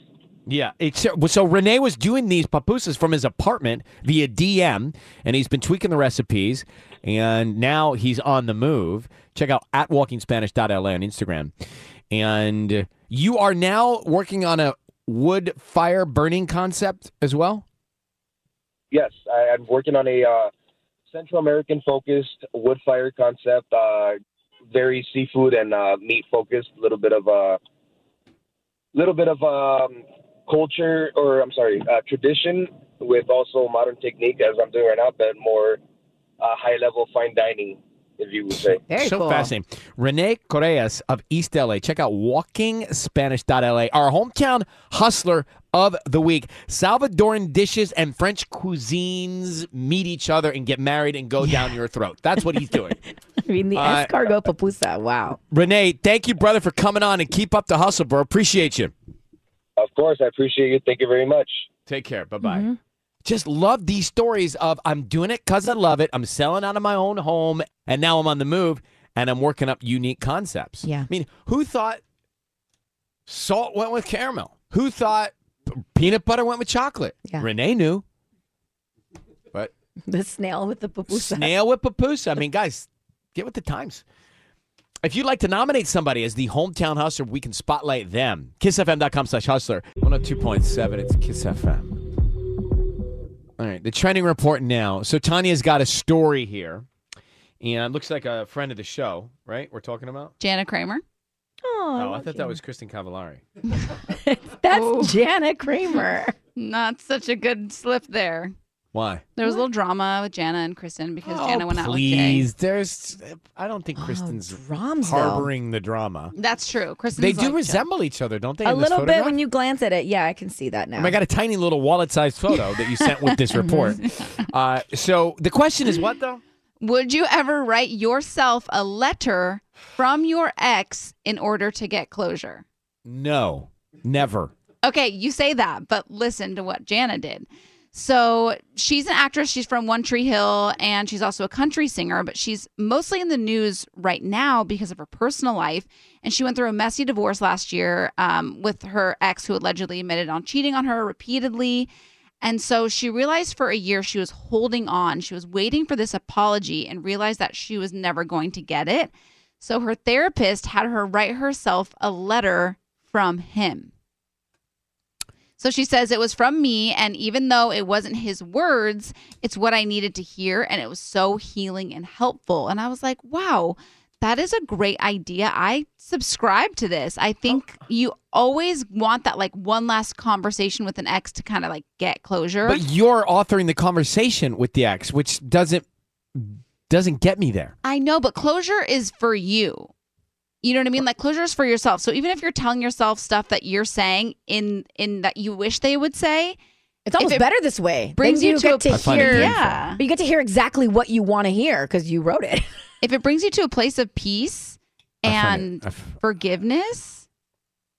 Speaker 2: Yeah, it's so Renee was doing these papusas from his apartment via DM, and he's been tweaking the recipes, and now he's on the move. Check out at walkingspanish.la on Instagram, and you are now working on a wood fire burning concept as well.
Speaker 11: Yes, I, I'm working on a uh, Central American focused wood fire concept, uh, very seafood and uh, meat focused, a little bit of uh, a little bit of um, culture, or I'm sorry, uh, tradition with also modern technique as I'm doing right now, but more uh, high level fine dining, if you would say.
Speaker 2: so fascinating. Renee Correas of East LA. Check out walkingspanish.la, our hometown hustler of the week. Salvadoran dishes and French cuisines meet each other and get married and go down your throat. That's what he's doing.
Speaker 4: I mean, the
Speaker 2: Uh,
Speaker 4: escargot papusa. Wow.
Speaker 2: Renee, thank you, brother, for coming on and keep up the hustle, bro. Appreciate you.
Speaker 11: Of course, I appreciate you. Thank you very much.
Speaker 2: Take care. Bye bye. Just love these stories of I'm doing it because I love it. I'm selling out of my own home and now I'm on the move and I'm working up unique concepts. Yeah. I mean, who thought salt went with caramel? Who thought p- peanut butter went with chocolate? Renee knew. But
Speaker 4: The snail with the papusa.
Speaker 2: Snail with papusa. I mean, guys, get with the times. If you'd like to nominate somebody as the hometown hustler, we can spotlight them. KissFM.com slash hustler. 102.7, it's Kiss FM. All right, the trending report now. So Tanya's got a story here, and it looks like a friend of the show, right? We're talking about?
Speaker 5: Jana Kramer.
Speaker 2: oh, I thought that was Kristen Cavallari.
Speaker 4: That's Jana Kramer.
Speaker 5: Oh. Not such a good slip there.
Speaker 2: Why?
Speaker 5: There was a little drama with Jana and Kristen because
Speaker 2: Oh,
Speaker 5: Jana went out with Jay.
Speaker 2: please. There's, I don't think Kristen's
Speaker 4: Oh, drums, though.
Speaker 2: harboring the drama.
Speaker 5: That's true. Kristen.
Speaker 2: They do resemble each other, don't they?
Speaker 4: A
Speaker 2: in this
Speaker 4: little bit
Speaker 2: photograph?
Speaker 4: when you glance at it. Yeah, I can see that now.
Speaker 2: Um, I got a tiny little wallet-sized photo that you sent with this report. Uh, so the question is, what though?
Speaker 5: Would you ever write yourself a letter from your ex in order to get closure?
Speaker 2: No, never.
Speaker 5: Okay, you say that, but listen to what Jana did. So she's an actress. She's from One Tree Hill and she's also a country singer, but she's mostly in the news right now because of her personal life. And she went through a messy divorce last year um, with her ex, who allegedly admitted on cheating on her repeatedly. And so she realized for a year she was holding on. She was waiting for this apology and realized that she was never going to get it. So her therapist had her write herself a letter from him. So she says it was from me, and even though it wasn't his words, it's what I needed to hear, and it was so healing and helpful. And I was like, wow, that is a great idea. I subscribe to this. I think
Speaker 4: Oh.
Speaker 5: you always want that like one last conversation with an ex to kind of like get closure.
Speaker 2: But you're authoring the conversation with the ex, which doesn't doesn't get me there.
Speaker 5: I know, but closure is for you. You know what I mean? Like closure is for yourself. So even if you're telling yourself stuff that you're saying in in that you wish they would say,
Speaker 4: It's almost better this way.
Speaker 5: brings
Speaker 4: Then
Speaker 5: you to a-
Speaker 4: get to
Speaker 5: I find it
Speaker 4: hear,
Speaker 5: painful. Yeah.
Speaker 4: but you get to hear exactly what you want to hear because you wrote it.
Speaker 5: If it brings you to a place of peace and forgiveness,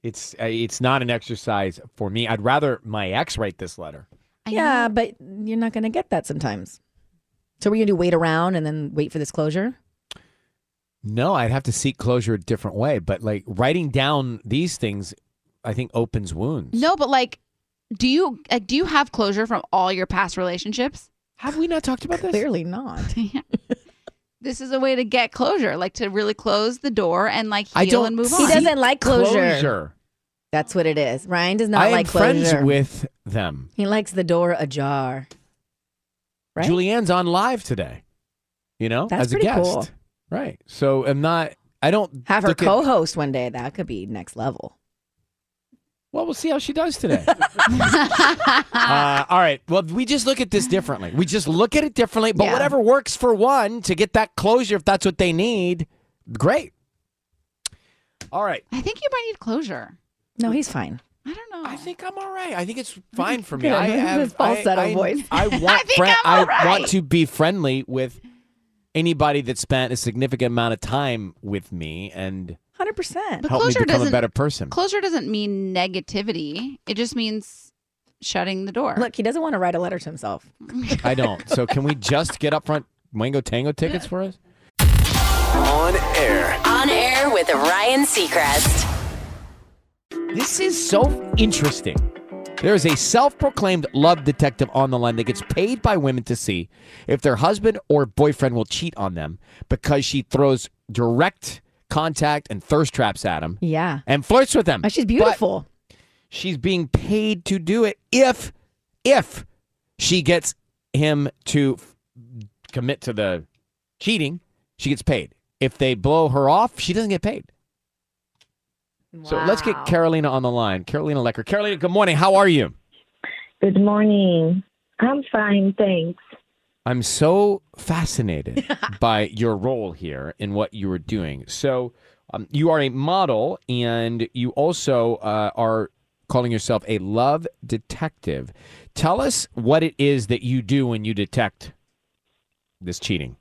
Speaker 2: It's uh, it's not an exercise for me. I'd rather my ex write this letter.
Speaker 4: yeah, but you're not going to get that sometimes. So we're going to wait around and then wait for this closure.
Speaker 2: No, I'd have to seek closure a different way. But like writing down these things, I think opens wounds.
Speaker 5: no. But like, do you like do you have closure from all your past relationships?
Speaker 2: Have we not talked about this?
Speaker 4: Clearly not.
Speaker 5: This is a way to get closure, like to really close the door and like heal
Speaker 4: I don't
Speaker 5: and move
Speaker 4: He
Speaker 5: on.
Speaker 4: doesn't like closure. That's what it is. Ryan does not
Speaker 2: I am
Speaker 4: like closure.
Speaker 2: friends with them.
Speaker 4: he likes the door ajar. Right?
Speaker 2: Julianne's on live today. You know,
Speaker 4: That's
Speaker 2: as a
Speaker 4: pretty
Speaker 2: guest.
Speaker 4: cool.
Speaker 2: Right. So I'm not. I don't
Speaker 4: Have her
Speaker 2: look at-
Speaker 4: co-host one day. That could be next level.
Speaker 2: Well, we'll see how she does today. uh, all right. Well, we just look at this differently. We just look at it differently. But whatever works for one to get that closure, if that's what they need, great. All right.
Speaker 5: I think you might need closure.
Speaker 4: No, he's fine.
Speaker 5: I don't know. I
Speaker 2: think I'm all right. I think it's fine for me.
Speaker 4: Good.
Speaker 2: I
Speaker 4: His
Speaker 2: have
Speaker 4: falsetto
Speaker 2: I, I,
Speaker 4: voice.
Speaker 2: I want
Speaker 4: I think
Speaker 2: friend-
Speaker 4: I'm all
Speaker 2: I want
Speaker 4: right.
Speaker 2: to be friendly with anybody that spent a significant amount of time with me and
Speaker 4: Hundred percent.
Speaker 2: help me become a better person.
Speaker 5: Closure doesn't mean negativity. It just means shutting the door.
Speaker 4: Look, he doesn't want to write a letter to himself.
Speaker 2: I don't. So can we just get up front Mango Tango tickets for us?
Speaker 1: On air. On air with Ryan Seacrest.
Speaker 2: This is so interesting. There is a self proclaimed love detective on the line that gets paid by women to see if their husband or boyfriend will cheat on them because she throws direct contact and thirst traps at him
Speaker 4: Yeah. Oh,
Speaker 2: and flirts with them.
Speaker 4: she's beautiful.
Speaker 2: she's being paid to do it if, if she gets him to f- commit to the cheating, she gets paid. If they blow her off, she doesn't get paid. So let's get Carolina on the line. Carolina Lecker. Carolina, good morning. How are you?
Speaker 15: Good morning. I'm fine, thanks.
Speaker 2: I'm so fascinated by your role here and what you are doing. So, um, you are a model, and you also uh, are calling yourself a love detective. Tell us what it is that you do when you detect this cheating.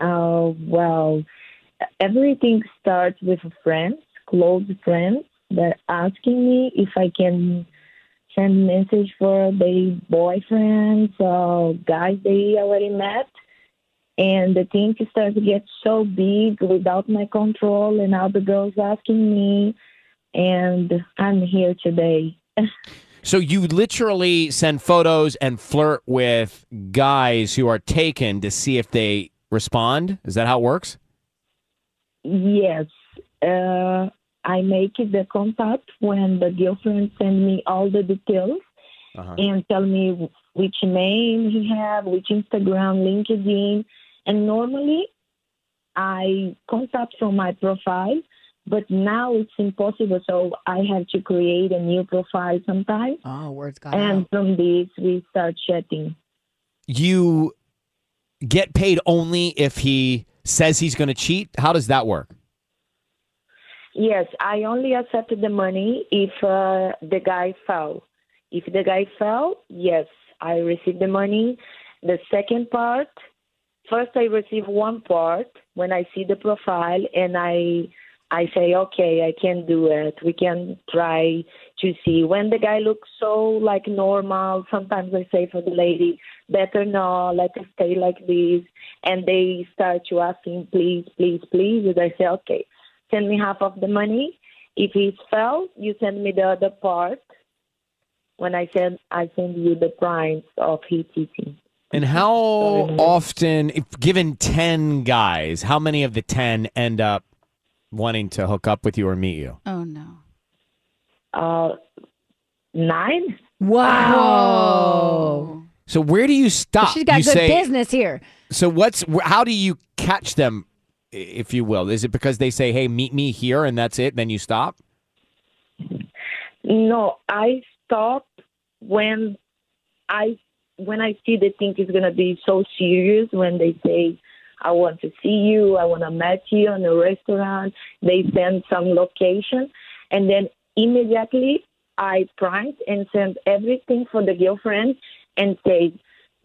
Speaker 15: Uh, well, everything starts with friends, close friends, that asking me if I can send message for their boyfriends or guys they already met. And the thing starts to get so big without my control, and all the girls asking me, and I'm here today.
Speaker 2: So you literally send photos and flirt with guys who are taken to see if they respond. Is that how it works?
Speaker 15: Yes. Uh, I make the contact when the girlfriend send me all the details
Speaker 2: Uh-huh.
Speaker 15: and tell me which name he have, which Instagram, LinkedIn. And normally I contact from my profile, but now it's impossible. So I have to create a new profile sometimes.
Speaker 4: Oh, words got
Speaker 15: And
Speaker 4: out.
Speaker 15: from this, we start chatting.
Speaker 2: You get paid only if he says he's going to cheat. How does that work?
Speaker 15: Yes, I only accepted the money if uh, the guy fell. If the guy fell, yes, I received the money. The second part, first I receive one part when I see the profile and I I say, okay, I can do it. We can try to see when the guy looks so like normal. Sometimes I say for the lady, better no, let us stay like this. And they start to asking, please, please, please. And I say, okay, send me half of the money. If it's fell, you send me the other part. When I send, I send you the price of E his cheating.
Speaker 2: And how often, if given 10 guys, how many of the 10 end up wanting to hook up with you or meet you?
Speaker 5: Oh no.
Speaker 15: Uh, nine.
Speaker 4: Wow.
Speaker 2: So where do you stop?
Speaker 4: She's got
Speaker 2: you
Speaker 4: good
Speaker 2: say,
Speaker 4: business here.
Speaker 2: So what's wh- how do you catch them, i- if you will? Is it because they say, "Hey, meet me here," and that's it? Then you stop.
Speaker 15: No, I stop when I when I see the thing is gonna be so serious. When they say, "I want to see you," "I want to meet you in a restaurant," they send some location, and then immediately I print and send everything for the girlfriend and say,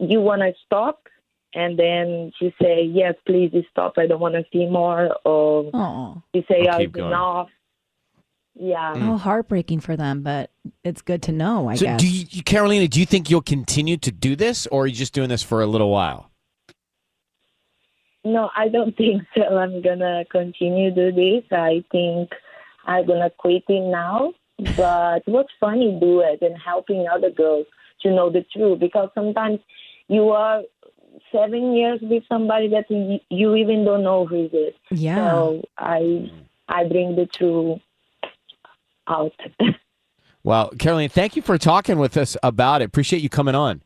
Speaker 15: "You want to stop?" And then she say, "Yes, please stop. I don't want to see more." Or she say,
Speaker 4: I'll
Speaker 15: "I've
Speaker 4: keep
Speaker 15: been
Speaker 4: going.
Speaker 15: off." Yeah.
Speaker 4: How heartbreaking for them, but it's good to know, I
Speaker 2: so
Speaker 4: guess.
Speaker 2: do you, Carolina? Do you think you'll continue to do this, or are you just doing this for a little while?
Speaker 15: No, I don't think so. I'm gonna continue do this. I think I'm gonna quit it now. But what's funny do it and helping other girls to know the truth because sometimes you are seven years with somebody that you, you even don't know who it is.
Speaker 4: Yeah.
Speaker 15: So I I bring the truth out.
Speaker 2: Well, Caroline, thank you for talking with us about it. Appreciate you coming on.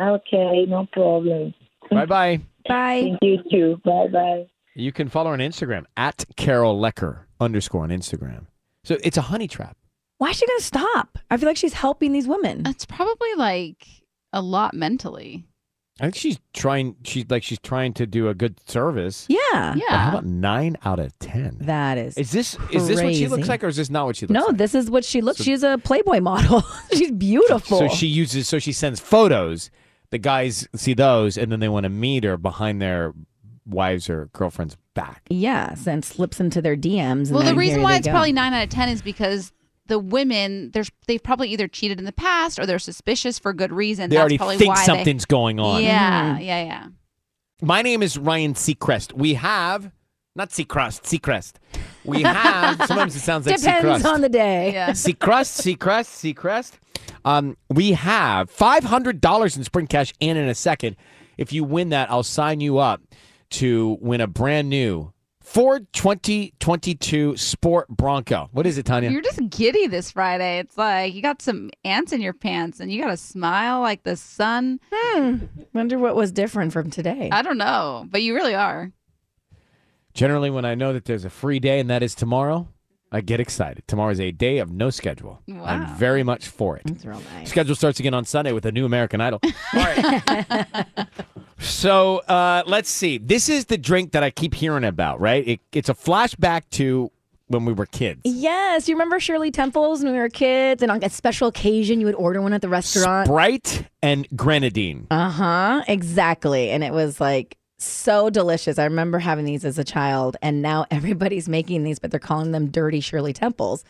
Speaker 15: okay, no problem.
Speaker 2: Bye bye.
Speaker 15: Bye. Thank you too. Bye bye.
Speaker 2: You can follow her on Instagram at Carol Lecker underscore on Instagram. So it's a honey trap.
Speaker 4: Why is she going to stop? I feel like she's helping these women.
Speaker 5: That's probably like a lot mentally.
Speaker 2: I think she's trying. She's like she's trying to do a good service.
Speaker 4: Yeah.
Speaker 2: But how about nine out of ten?
Speaker 4: That is.
Speaker 2: Is this is this what she looks
Speaker 4: crazy.
Speaker 2: like, or is this not what she looks
Speaker 4: No,
Speaker 2: like?
Speaker 4: this is what she looks.
Speaker 2: So-
Speaker 4: she's a Playboy model. she's beautiful.
Speaker 2: So she uses. So she sends photos. The guys see those, and then they want to meet her behind their wives or girlfriends' back.
Speaker 4: yes, and slips into their DMs. and
Speaker 5: Well, the
Speaker 4: then
Speaker 5: reason
Speaker 4: here
Speaker 5: why
Speaker 4: they
Speaker 5: it's
Speaker 4: go.
Speaker 5: probably nine out of ten is because the women there's they've probably either cheated in the past or they're suspicious for good reason.
Speaker 2: They
Speaker 5: That's
Speaker 2: already
Speaker 5: probably
Speaker 2: think
Speaker 5: why they-
Speaker 2: something's going on.
Speaker 4: Mm-hmm.
Speaker 5: Yeah, yeah, yeah.
Speaker 2: My name is Ryan Seacrest. We have not Seacrest, Seacrest. We have sometimes it sounds like
Speaker 4: depends
Speaker 2: Seacrest.
Speaker 4: on the day.
Speaker 2: Seacrest, Seacrest, Seacrest. Um, we have five hundred dollars in spring cash and in a second. If you win that, I'll sign you up to win a brand new Ford 2022 Sport Bronco. What is it, Tanya?
Speaker 5: You're just giddy this Friday. It's like you got some ants in your pants and you got a smile like the sun.
Speaker 4: Hmm. Wonder what was different from today.
Speaker 5: I don't know, but you really are.
Speaker 2: Generally, when I know that there's a free day and that is tomorrow, I get excited. Tomorrow is a day of no schedule. I'm very much for it. That's
Speaker 4: real nice.
Speaker 2: Schedule starts again on Sunday with a new American Idol. All right. so uh, let's see. This is the drink that I keep hearing about, right? It, it's a flashback to when we were kids.
Speaker 4: Yes, you remember Shirley Temples when we were kids, and on a special occasion you would order one at the restaurant.
Speaker 2: Bright and grenadine.
Speaker 4: Uh huh. Exactly. And it was like so delicious. I remember having these as a child, and now everybody's making these, but they're calling them dirty Shirley Temples.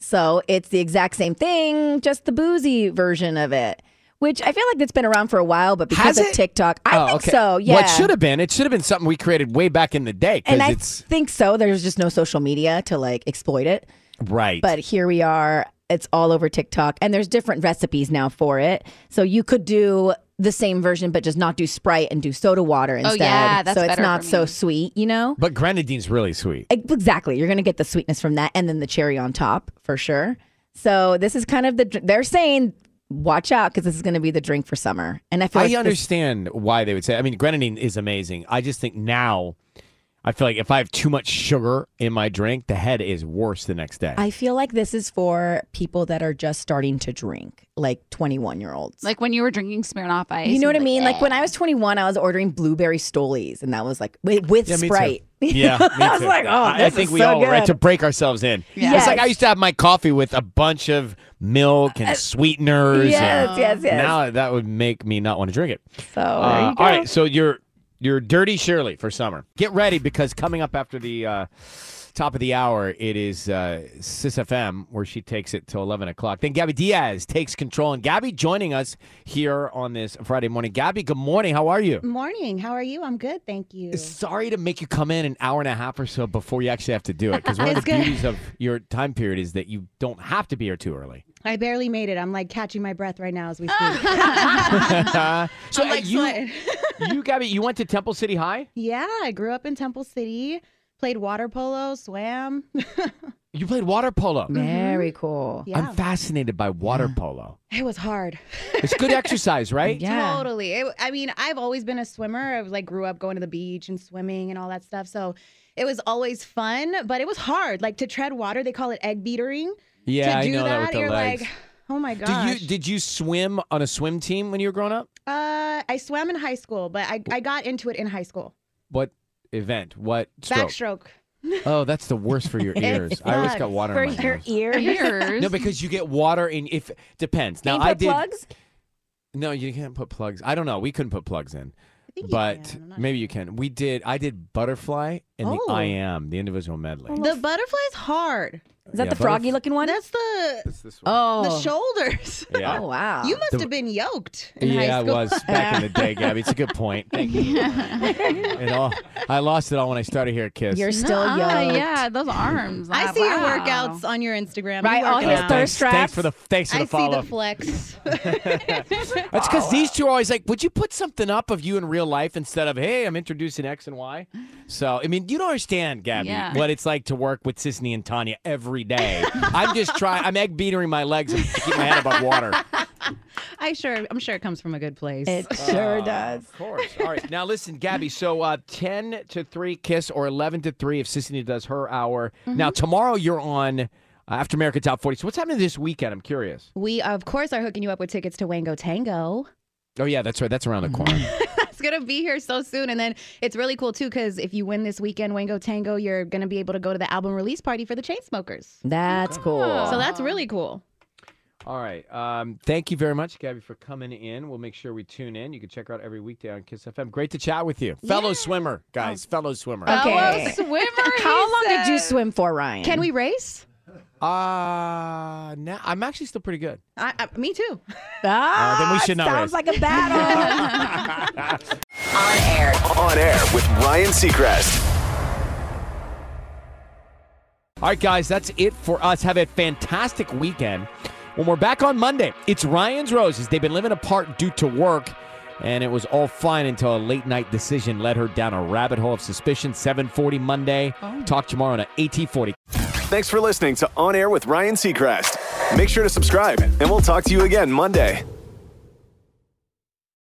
Speaker 4: So it's the exact same thing, just the boozy version of it, which I feel like it's been around for a while, but because
Speaker 2: Has
Speaker 4: of
Speaker 2: it?
Speaker 4: TikTok, I
Speaker 2: Oh,
Speaker 4: think
Speaker 2: okay.
Speaker 4: so. Yeah.
Speaker 2: Well, it should have been. It should have been something we created way back in the day because
Speaker 4: and I
Speaker 2: it's
Speaker 4: think so. There's just no social media to like exploit it.
Speaker 2: right.
Speaker 4: But here we are. It's all over TikTok, and there's different recipes now for it. So you could do the same version, but just not do Sprite and do soda water
Speaker 5: Oh,
Speaker 4: instead.
Speaker 5: yeah, that's
Speaker 4: so it's
Speaker 5: better
Speaker 4: not
Speaker 5: for
Speaker 4: so
Speaker 5: me.
Speaker 4: sweet, you know.
Speaker 2: but grenadine's really sweet.
Speaker 4: Exactly. You're gonna get the sweetness from that, and then the cherry on top for sure. So this is kind of the dr- they're saying watch out because this is gonna be the drink for summer. And I feel like
Speaker 2: I
Speaker 4: this-
Speaker 2: understand why they would say. I mean, grenadine is amazing. I just think now, I feel like if I have too much sugar in my drink, the head is worse the next day.
Speaker 4: I feel like this is for people that are just starting to drink, like 21 year olds.
Speaker 5: Like when you were drinking Smirnoff Ice.
Speaker 4: You know what I
Speaker 5: and
Speaker 4: mean? Like "Oh."
Speaker 5: eh.
Speaker 4: when I was 21, I was ordering blueberry stolies, and that was like with, with
Speaker 2: Yeah, me too.
Speaker 4: Sprite.
Speaker 2: Yeah, me
Speaker 4: I was
Speaker 2: too.
Speaker 4: like, oh,
Speaker 2: I, I
Speaker 4: this
Speaker 2: think
Speaker 4: is
Speaker 2: we
Speaker 4: so
Speaker 2: all
Speaker 4: good.
Speaker 2: right to break ourselves in. It's like I used to have my coffee with a bunch of milk and sweeteners.
Speaker 4: Uh, yes,
Speaker 2: and
Speaker 4: yes, yes.
Speaker 2: Now that would make me not want to drink it.
Speaker 4: So
Speaker 2: Uh,
Speaker 4: there you go.
Speaker 2: all right, so you're you're dirty Shirley for summer. Get ready because coming up after the uh, top of the hour, it is uh, SysFM where she takes it till eleven o'clock. Then Gabby Diaz takes control, and Gabby joining us here on this Friday morning. Gabby, good morning. How are you?
Speaker 16: Morning. How are you? I'm good, thank you.
Speaker 2: Sorry to make you come in an hour and a half or so before you actually have to do it because one of the
Speaker 16: It's good.
Speaker 2: beauties of your time period is that you don't have to be here too early.
Speaker 16: I barely made it. I'm like catching my breath right now as we speak.
Speaker 2: so uh, you, you, Gabby, you went to Temple City High.
Speaker 16: yeah, I grew up in Temple City, played water polo, swam.
Speaker 2: You played water polo.
Speaker 16: Very
Speaker 4: cool.
Speaker 16: Mm-hmm. Yeah.
Speaker 2: I'm fascinated by water polo.
Speaker 16: It was hard.
Speaker 2: It's good exercise, right?
Speaker 16: Totally. It, I mean, I've always been a swimmer. I was like grew up going to the beach and swimming and all that stuff. So it was always fun, but it was hard. Like to tread water, they call it egg beatering.
Speaker 2: Yeah,
Speaker 16: to
Speaker 2: I
Speaker 16: do
Speaker 2: know that with the
Speaker 16: you're
Speaker 2: legs.
Speaker 16: like, oh my
Speaker 2: Do
Speaker 16: gosh.
Speaker 2: you did you swim on a swim team when you were growing up?
Speaker 16: uh, I swam in high school, but I, I got into it in high school.
Speaker 2: What event? What stroke?
Speaker 16: Backstroke.
Speaker 2: Oh, that's the worst for your
Speaker 4: It
Speaker 2: ears. I always
Speaker 4: sucks.
Speaker 2: got water
Speaker 4: for
Speaker 2: in my
Speaker 4: your
Speaker 2: nose.
Speaker 4: ears.
Speaker 2: No, because you get water in. If depends.
Speaker 4: Can
Speaker 2: Now
Speaker 4: you
Speaker 2: I
Speaker 4: put
Speaker 2: did.
Speaker 4: plugs?
Speaker 2: No, you can't put plugs. I don't know. We couldn't put plugs in. But maybe you can. We did. I did butterfly and
Speaker 16: Oh.
Speaker 2: the I am the individual medley.
Speaker 16: The butterfly's hard.
Speaker 2: Is that Yeah, the froggy butterf-
Speaker 16: looking one? That's the
Speaker 2: this
Speaker 16: one. oh Ah. the shoulders.
Speaker 2: Yeah. Oh, wow.
Speaker 16: You must
Speaker 2: The-
Speaker 16: have been yoked. In
Speaker 2: yeah,
Speaker 16: high
Speaker 2: I
Speaker 16: school.
Speaker 2: was back in the day, Gabby. It's a good point. Thank you. It all, I lost it all when I started here at Kiss.
Speaker 5: Nuh-uh, Yeah, those arms.
Speaker 16: Uh-huh. I see your workouts on your Instagram.
Speaker 5: Right,
Speaker 16: You
Speaker 5: all
Speaker 16: work
Speaker 5: his
Speaker 16: out.
Speaker 2: Thanks, thanks for the thanks for
Speaker 16: I
Speaker 2: the
Speaker 16: see
Speaker 2: follow.
Speaker 16: the flex.
Speaker 2: That's because these two are always like, "Would you put something up of you in real life instead of hey, I'm introducing X and Y." So I mean, you don't understand, Gabby,
Speaker 17: Yeah.
Speaker 2: what it's like to work with Sisney and Tanya every day. I'm just trying. I'm egg beatering my legs and keep my head above water.
Speaker 16: I sure, I'm sure it comes from a good place. It
Speaker 2: Uh, Of course. All right. Now listen, Gabby. So uh, ten to three kiss or eleven to three if Sisney does her hour. Now tomorrow you're on uh, After America Top 40. So what's happening this weekend? I'm curious.
Speaker 16: We of course are hooking you up with tickets to Wango Tango.
Speaker 2: Oh yeah, that's right. That's around the corner.
Speaker 16: It's gonna be here so soon, and then it's really cool too because if you win this weekend, Wango Tango, you're gonna be able to go to the album release party for the Chainsmokers.
Speaker 4: That's cool.
Speaker 16: So that's really cool.
Speaker 2: All right. Um, thank you very much, Gabby, for coming in. We'll make sure we tune in. You can check her out every weekday on Kiss FM. Great to chat with you. Fellow swimmer, guys. Fellow swimmer.
Speaker 4: Oh. Okay.
Speaker 16: swimmer.
Speaker 4: How long did you swim for, Ryan?
Speaker 16: Can we race?
Speaker 2: Uh, now I'm actually still pretty good.
Speaker 16: I, I, me too.
Speaker 2: Ah, then we should not
Speaker 4: sounds
Speaker 2: race.
Speaker 4: like a battle.
Speaker 3: On air. On air with Ryan Seacrest.
Speaker 2: All right, guys, that's it for us. Have a fantastic weekend. When we're back on Monday, it's Ryan's Roses. They've been living apart due to work, and it was all fine until a late night decision led her down a rabbit hole of suspicion. 7:40 Monday.
Speaker 4: Oh.
Speaker 2: Talk tomorrow on 1840.
Speaker 3: Thanks for listening to On Air with Ryan Seacrest. Make sure to subscribe, and we'll talk to you again Monday.